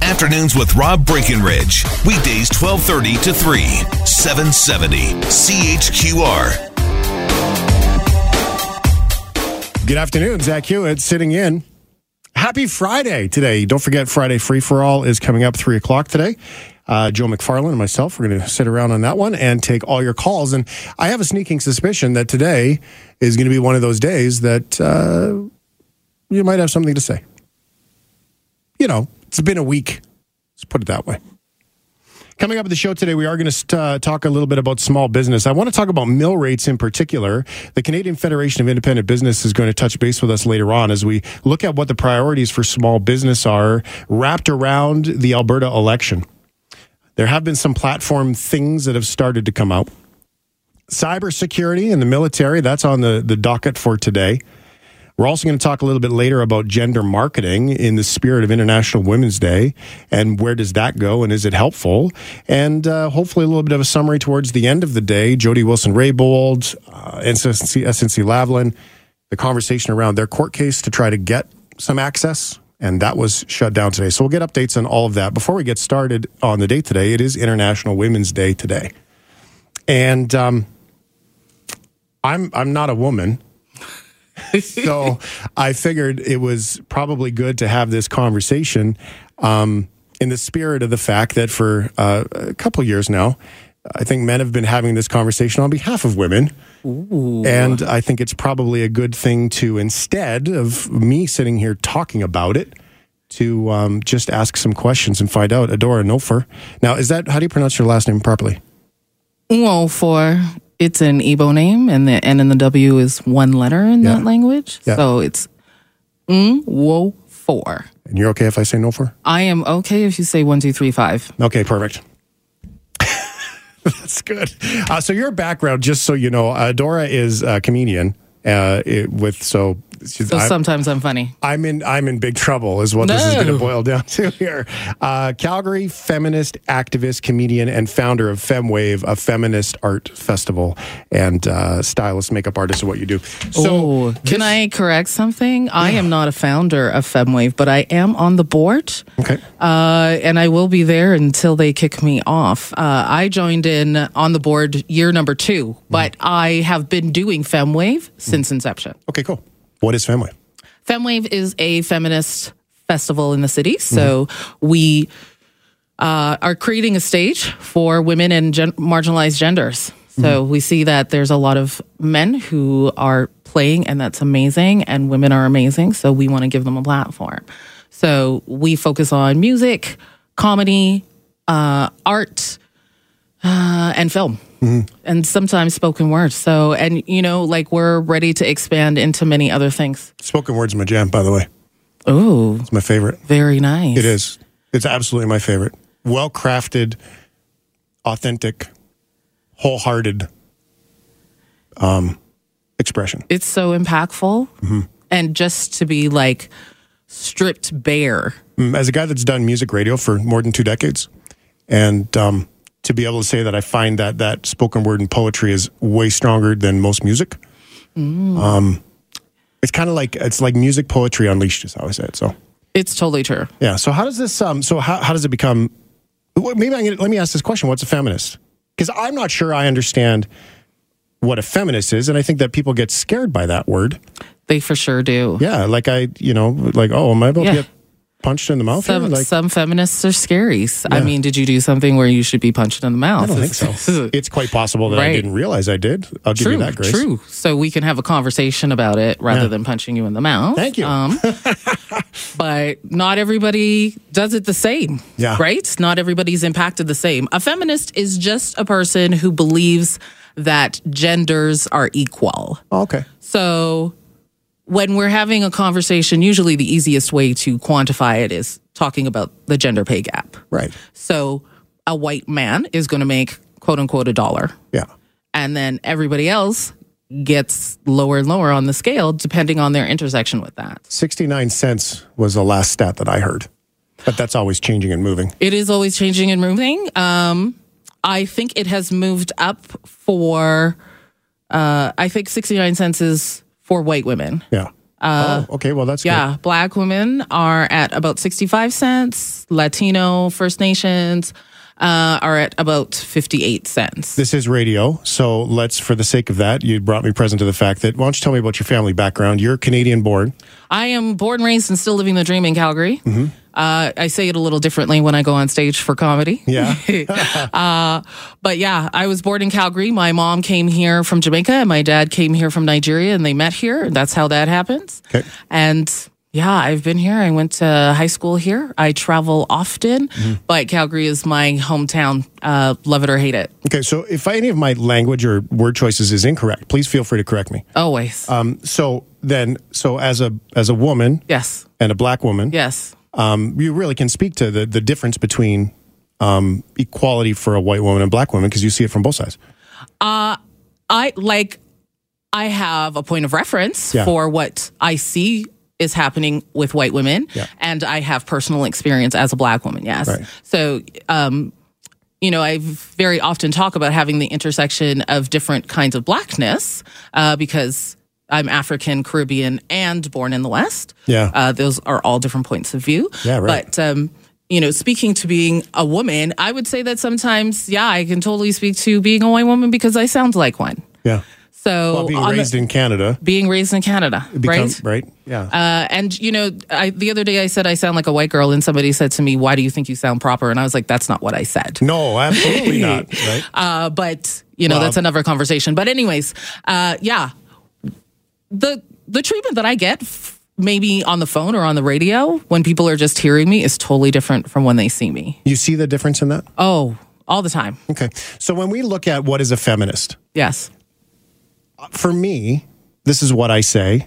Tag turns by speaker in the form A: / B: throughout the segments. A: Afternoons with Rob Breckenridge. Weekdays 1230 to 3, 770 CHQR.
B: Good afternoon, Zach Hewitt sitting in. Happy Friday today. Don't forget, Friday Free for All is coming up 3 o'clock today. Uh, Joe McFarland and myself, we're going to sit around on that one and take all your calls. And I have a sneaking suspicion that today is going to be one of those days that uh, you might have something to say. You know, it's been a week. Let's put it that way. Coming up at the show today, we are going to uh, talk a little bit about small business. I want to talk about mill rates in particular. The Canadian Federation of Independent Business is going to touch base with us later on as we look at what the priorities for small business are wrapped around the Alberta election. There have been some platform things that have started to come out. Cybersecurity and the military, that's on the, the docket for today. We're also going to talk a little bit later about gender marketing in the spirit of International Women's Day and where does that go and is it helpful? And uh, hopefully a little bit of a summary towards the end of the day. Jody Wilson Raybould, uh, SNC, SNC Lavalin, the conversation around their court case to try to get some access. And that was shut down today. So we'll get updates on all of that. Before we get started on the date today, it is International Women's Day today. And um, I'm, I'm not a woman so I figured it was probably good to have this conversation um, in the spirit of the fact that for uh, a couple years now, I think men have been having this conversation on behalf of women. And I think it's probably a good thing to, instead of me sitting here talking about it, to um, just ask some questions and find out. Adora Nofer. Now, is that how do you pronounce your last name properly?
C: 104 it's an Igbo name and the N and the W is one letter in
B: Yeah.
C: that language.
B: Yeah.
C: So it's Nwo 4.
B: And you're okay if I say Nofer?
C: I am okay if you say one, two, three, five.
B: Okay, perfect. That's good. Uh, so your background, just so you know, uh, Dora is a comedian. Uh, it, with so, she's,
C: So
B: I,
C: sometimes I'm funny.
B: I'm in I'm in big trouble is what this is going to
C: No.
B: boil down to here. Uh, Calgary feminist activist, comedian, and founder of FemWave, a feminist art festival, and uh, stylist, makeup artist, of what you do. So
C: Ooh, can
B: this-
C: I correct something? I am not a founder of FemWave, but I am on the board.
B: Okay.
C: Uh, and I will be there until they kick me off. Uh, I joined in on the board year number two, but
B: Mm.
C: I have been doing FemWave since inception.
B: Okay. Cool. What is FemWave?
C: FemWave is a feminist festival in the city. So we uh, are creating a stage for women and gen- marginalized genders. So we see that there's a lot of men who are playing, and that's amazing, and women are amazing. So we want to give them a platform. So we focus on music, comedy, uh, art, uh, and film and sometimes spoken word so and you know like we're ready to expand into many other things
B: Spoken words, my jam. By the way,
C: oh
B: it's my favorite.
C: very nice
B: It is. It's absolutely my favorite. Well crafted, authentic, wholehearted um, expression.
C: it's so impactful
B: Mm-hmm.
C: and just to be like stripped bare
B: Mm, As a guy that's done music radio for more than two decades, and um, to be able to say that I find that that spoken word and poetry is way stronger than most music. Um, it's kind of like it's like music poetry unleashed is how I say it. So
C: it's totally true
B: yeah. So how does this? Um, so how, how does it become? wh- Maybe I can, let me ask this question: What's a feminist? Because I'm not sure I understand what a feminist is, and I think that people get scared by that word.
C: they for sure do
B: Yeah, like I, you know, like oh, am I about
C: Yeah.
B: to get punched in the mouth? here?
C: Some,
B: Like,
C: some feminists are scary. I
B: Yeah.
C: mean, did you do something where you should be punched in the mouth?
B: I don't think so. it's quite possible that I
C: Right.
B: didn't realize I did. I'll give
C: true,
B: you that grace.
C: true. So we can have a conversation about it rather
B: Yeah.
C: than punching you in the mouth.
B: Thank you.
C: Um, but not everybody does it the same.
B: Yeah.
C: Right? Not everybody's impacted the same. A feminist is just a person who believes that genders are equal.
B: Oh, okay.
C: So when we're having a conversation, usually the easiest way to quantify it is talking about the gender pay gap.
B: Right.
C: So a white man is going to make quote unquote a dollar.
B: Yeah.
C: And then everybody else gets lower and lower on the scale depending on their intersection with that.
B: 69 cents was the last stat that I heard. But that's always changing and moving.
C: It is always changing and moving. Um, I think it has moved up for, uh, I think 69 cents is for white women.
B: Yeah. oh, okay. Well, that's
C: Uh, Yeah, black women are at about 65 cents. Latino First Nations uh, are at about 58 cents.
B: This is radio, so let's, for the sake of that, you brought me present to the fact that, why don't you tell me about your family background? You're Canadian born.
C: I am born, raised, and still living the dream in Calgary.
B: Mm-hmm.
C: Uh, I say it a little differently when I go on stage for comedy.
B: Yeah.
C: But yeah, I was born in Calgary. My mom came here from Jamaica and my dad came here from Nigeria and they met here. That's how that happens.
B: Okay.
C: And yeah, I've been here. I went to high school here. I travel often,
B: Mm-hmm.
C: but Calgary is my hometown. Uh, love it or hate it.
B: okay. So if any of my language or word choices is incorrect, please feel free to correct me.
C: Always.
B: Um, so then, so as a as a woman
C: yes.
B: and a black woman,
C: Yes.
B: um, you really can speak to the the difference between um, equality for a white woman and black woman because you see it from both sides.
C: I like I have a point of reference
B: Yeah.
C: for what I see is happening with white women
B: Yeah.
C: and I have personal experience as a black woman, yes.
B: Right.
C: So um you know, I very often talk about having the intersection of different kinds of blackness uh, because I'm African, Caribbean, and born in the West.
B: Yeah.
C: Uh, those are all different points of view.
B: Yeah, right.
C: But, um, you know, speaking to being a woman, I would say that sometimes, yeah, I can totally speak to being a white woman because I sound like one.
B: Yeah.
C: So
B: Well, being
C: on the-
B: raised in Canada,
C: being raised in Canada,
B: become-
C: right?
B: right? Yeah.
C: Uh, and you know, I, the other day I said I sound like a white girl, and somebody said to me, "Why do you think you sound proper?" And I was like, "That's not what I said."
B: no, absolutely not. Right.
C: Uh, but you know, that's another conversation. But anyways, uh, yeah, the the treatment that I get. F- Maybe on the phone or on the radio when people are just hearing me is totally different from when they see me.
B: You see the difference in that?
C: Oh, all the time.
B: Okay. So when we look at what is a feminist,
C: Yes.
B: for me, this is what I say,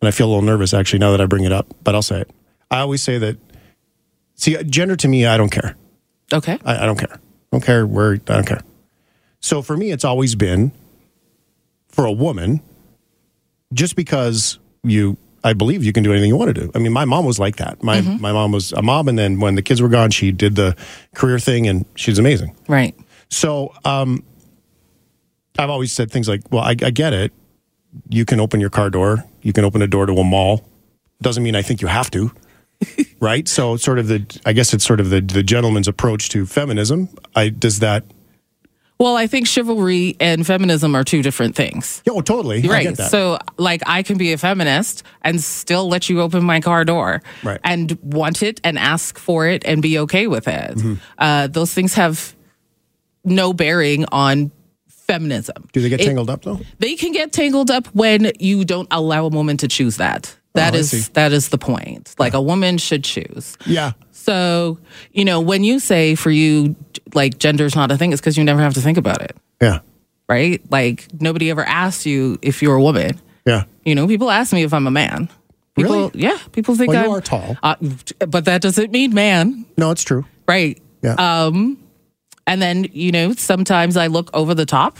B: and I feel a little nervous actually now that I bring it up, but I'll say it. I always say that. See, gender to me, I don't care.
C: Okay.
B: I, I don't care. I don't care where. I don't care. So for me, it's always been for a woman, just because you, I believe you can do anything you want to do. I mean, my mom was like that. My my mom was a mom, and then when the kids were gone, she did the career thing, and she's amazing.
C: Right.
B: So um, I've always said things like, well, I, I get it. You can open your car door. You can open a door to a mall. Doesn't mean I think you have to. right. So sort of the, I guess it's sort of the, the gentleman's approach to feminism. I, does that,
C: Well, I think chivalry and feminism are two different things.
B: oh, totally. I
C: Right.
B: get that.
C: So, like, I can be a feminist and still let you open my car door
B: Right.
C: and want it and ask for it and be okay with it.
B: Mm-hmm.
C: Uh, those things have no bearing on feminism.
B: do they get
C: It-
B: tangled up though?
C: They can get tangled up when you don't allow a woman to choose that. That
B: Oh, I
C: is
B: see. Uh-huh.
C: that is the point. Like a woman should choose.
B: Yeah.
C: So, you know, when you say for you like gender's not a thing, it's because you never have to think about it,
B: Yeah.
C: right? Like nobody ever asked you if you're a woman.
B: Yeah.
C: You know, people ask me if I'm a man. People,
B: Really?
C: Yeah, people think
B: Well,
C: I'm.
B: you are tall.
C: Uh, but that doesn't mean man,
B: No, it's true.
C: right? Um,
B: Yeah.
C: And then you know, sometimes I look over the top.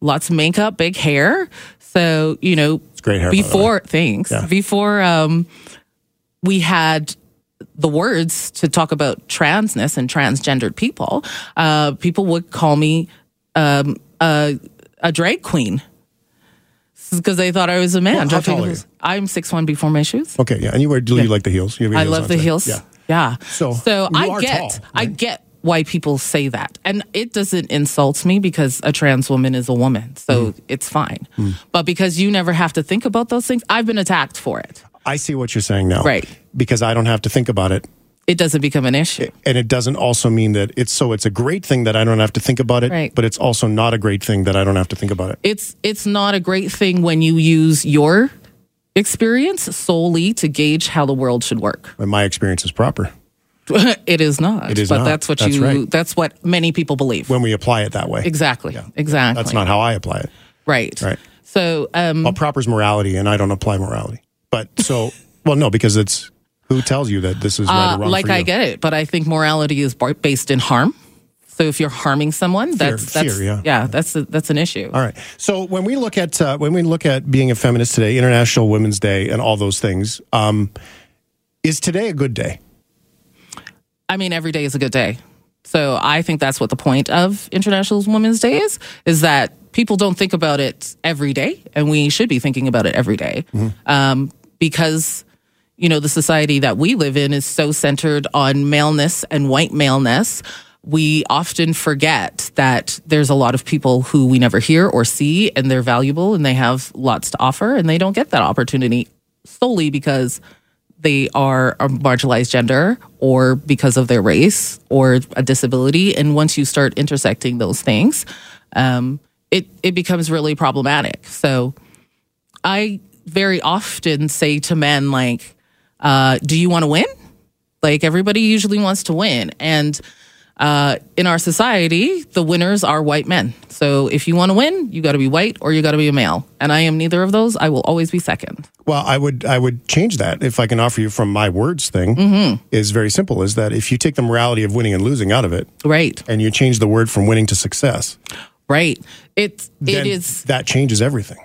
C: Lots of makeup, big hair. So you know, it's
B: great hair, by the way.
C: Before things,
B: Yeah.
C: before um, we had the words to talk about transness and transgendered people, uh, people would call me um, a, a drag queen because they thought I was a man.
B: Well, how
C: Drag queen
B: tall are
C: was-
B: you?
C: I'm six one before my shoes.
B: okay. Yeah. And you wear, do you like the heels? You have your
C: I
B: heels
C: love
B: on
C: the
B: today.
C: heels.
B: Yeah.
C: Yeah.
B: So,
C: so
B: you
C: I
B: are
C: get
B: tall,
C: I get why people say that. And it doesn't insult me because a trans woman is a woman.
B: Mm.
C: So it's fine. But because you never have to think about those things, I've been attacked for it.
B: I see what you're saying now.
C: Right.
B: Because I don't have to think about it.
C: It doesn't become an issue.
B: and it doesn't also mean that it's so it's a great thing that I don't have to think about it,
C: Right.
B: but it's also not a great thing that I don't have to think about it.
C: it's it's not a great thing when you use your experience solely to gauge how the world should work.
B: And my experience is proper
C: it is not.
B: It is
C: but
B: not.
C: that's what
B: That's
C: you
B: right.
C: that's what many people believe.
B: when we apply it that way.
C: exactly. Exactly.
B: That's not how I apply it.
C: right.
B: Right.
C: So um
B: Well, proper is morality, and I don't apply morality. But so, well, no, because it's who tells you that this is right
C: Uh,
B: or wrong.
C: like
B: for
C: I
B: you?
C: get it, but I think morality is bar- based in harm. So if you're harming someone, that's that's
B: fear, yeah.
C: that's a, that's an issue.
B: All right. So when we look at uh, when we look at being a feminist today, International Women's Day, and all those things, um, is today a good day?
C: I mean, every day is a good day. So I think that's what the point of International Women's Day is: is that people don't think about it every day, and we should be thinking about it every day. um, because you know the society that we live in is so centered on maleness and white maleness. We often forget that there's a lot of people who we never hear or see, and they're valuable and they have lots to offer, and they don't get that opportunity solely because they are a marginalized gender or because of their race or a disability. And once you start intersecting those things, um, it, it becomes really problematic. So I very often say to men, like, uh, do you want to win? Like, everybody usually wants to win. And uh, in our society, the winners are white men. So if you want to win, you got to be white or you got to be a male. And I am neither of those. I will always be second.
B: Well, I would I would change that if I can offer you from my words thing
C: Mm-hmm.
B: is very simple. Is that if you take the morality of winning and losing out of it,
C: Right.
B: and you change the word from winning to success,
C: Right. It's
B: then
C: it is
B: that changes everything.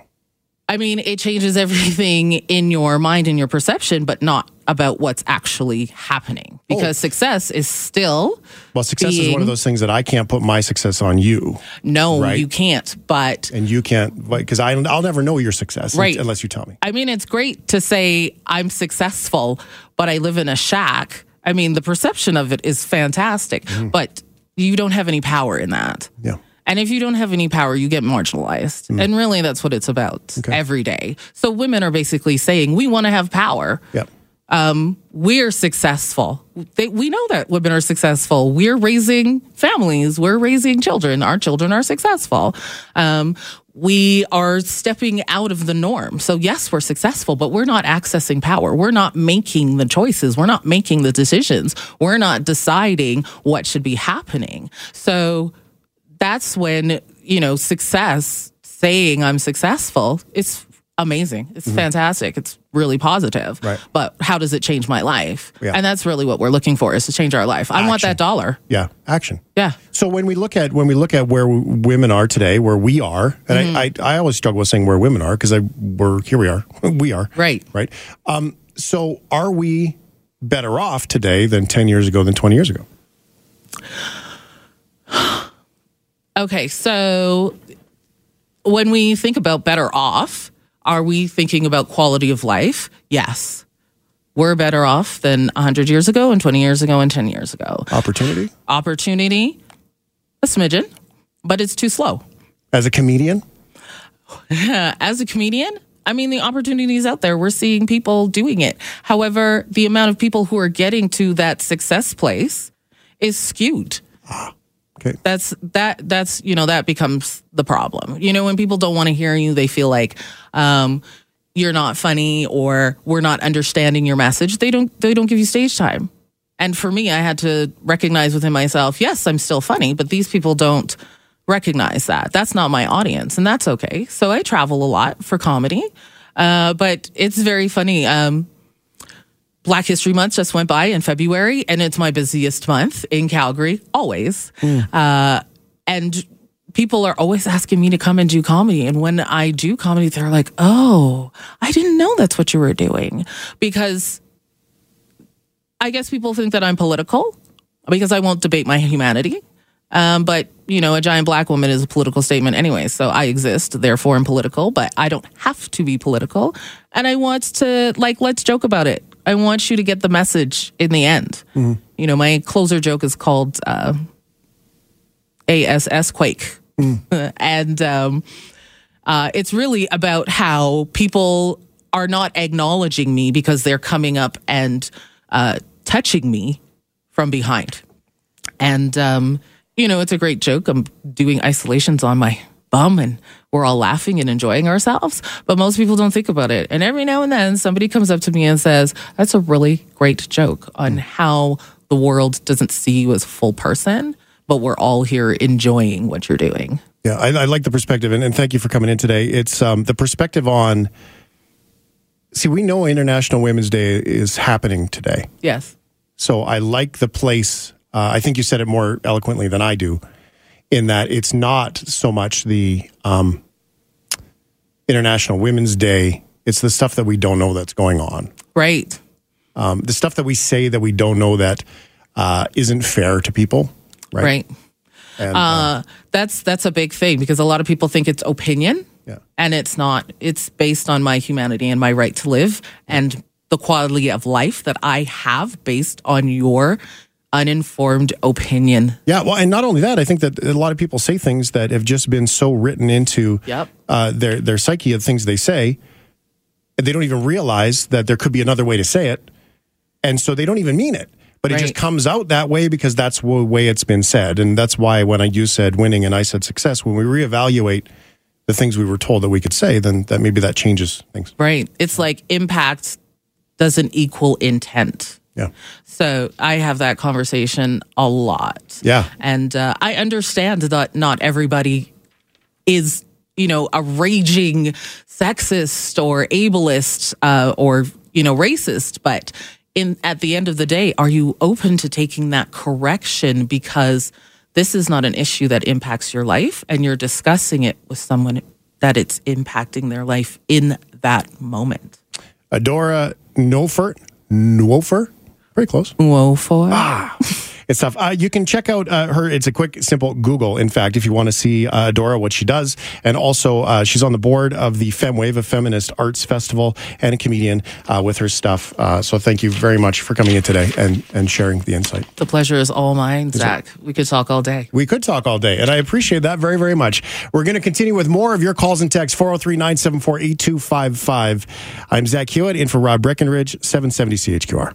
C: I mean, it changes everything in your mind and your perception, but not about what's actually
B: Oh.
C: happening. Because success is still
B: Well, success is one
C: Being-
B: of those things that I can't put my success on you,
C: no,
B: Right.
C: you can't. But
B: and you can't because I I'll never know your success
C: Right.
B: unless you tell me.
C: I mean, it's great to say I'm successful, but I live in a shack. I mean, the perception of it is fantastic,
B: Mm-hmm.
C: but you don't have any power in that.
B: Yeah.
C: And if you don't have any power, you get marginalized.
B: Mm.
C: And really, that's what it's about every day. So women are basically saying, we want to have power.
B: Yep.
C: we're successful. They, we know that women are successful. We're raising families. We're raising children. Our children are successful. Um, we are stepping out of the norm. So yes, we're successful, but we're not accessing power. We're not making the choices. We're not making the decisions. We're not deciding what should be happening. So that's when you know success saying i'm successful it's amazing it's fantastic it's really positive
B: Mm-hmm. Right.
C: but how does it change my life
B: Yeah.
C: and that's really what we're looking for is to change our life i want
B: Action.
C: that dollar
B: Yeah. Action.
C: yeah
B: So when we look at when we look at where w- women are today, where we are, and
C: Mm-hmm.
B: I, I, I always struggle with saying where women are because I we're here we are we are
C: Right.
B: right. Um, so are we better off today than ten years ago than twenty years ago?
C: okay so when we think about better off are we thinking about quality of life yes we're better off than 100 years ago and 20 years ago and 10 years ago
B: Opportunity
C: opportunity a smidgen but it's too slow
B: as a comedian,
C: as a comedian, I mean, the opportunities out there, we're seeing people doing it. However, the amount of people who are getting to that success place is skewed.
B: okay.
C: That's that that's you know that becomes the problem. You know when people don't want to hear you, they feel like um, you're not funny or we're not understanding your message. They don't they don't give you stage time. And for me, I had to recognize within myself, yes, I'm still funny, but these people don't recognize that. That's not my audience, and that's okay. So I travel a lot for comedy, uh, but it's very funny. Um, Black History Month just went by in February, and it's my busiest month in Calgary, always. Uh, and people are always asking me to come and do comedy. And when I do comedy, they're like, oh, I didn't know that's what you were doing. Because I guess people think that I'm political because I won't debate my humanity. Um, but, you know, a giant black woman is a political statement anyway. So I exist, therefore I'm political, but I don't have to be political. And I want to, like, let's joke about it. I want you to get the message in the end. You know, my closer joke is called uh, ASS Quake. and um, uh, it's really about how people are not acknowledging me because they're coming up and uh, touching me from behind. And, um, you know, it's a great joke. I'm doing isolations on my bum and we're all laughing and enjoying ourselves, but most people don't think about it. And every now and then somebody comes up to me and says, That's a really great joke on how the world doesn't see you as a full person, but we're all here enjoying what you're doing.
B: Yeah, I, I like the perspective, and, and thank you for coming in today. It's um, the perspective on See, we know International Women's Day is happening today.
C: Yes.
B: So I like the place. Uh, I think you said it more eloquently than I do, in that it's not so much the um, International Women's Day. It's the stuff that we don't know that's going on.
C: Right.
B: Um, the stuff that we say that we don't know that uh, isn't fair to people. Right.
C: Right.
B: And,
C: Uh, that's that's a big thing because a lot of people think it's opinion.
B: Yeah.
C: And it's not. It's based on my humanity and my right to live and the quality of life that I have based on your uninformed opinion.
B: Yeah, well, and not only that, I think that a lot of people say things that have just been so written into
C: Yep.
B: uh, their their psyche of things they say, and they don't even realize that there could be another way to say it, and so they don't even mean it. But it just
C: Right.
B: comes out that way because that's the way it's been said, and that's why when I you said winning and I said success, when we reevaluate the things we were told that we could say, then that maybe that changes things.
C: Right. It's like impact doesn't equal intent.
B: Yeah,
C: So I have that conversation a lot.
B: Yeah.
C: And uh, I understand that not everybody is, you know, a raging sexist or ableist uh, or, you know, racist. But in at the end of the day, are you open to taking that correction because this is not an issue that impacts your life and you're discussing it with someone that it's impacting their life in that moment?
B: Adora Nofert, Nwofer, pretty close.
C: Whoa, for.
B: It's tough. Uh, you can check out uh, her. It's a quick, simple Google, in fact, if you want to see uh, Dora, what she does. And also, uh, she's on the board of the FemWave, a feminist arts festival, and a comedian uh, with her stuff. Uh, so thank you very much for coming in today and, and sharing the insight.
C: The pleasure is all mine, Zach. We could talk all day.
B: We could talk all day, and I appreciate that very, very much. We're going to continue with more of your calls and texts 403 974 8255. I'm Zach Hewitt, in for Rob Breckenridge, 770 CHQR.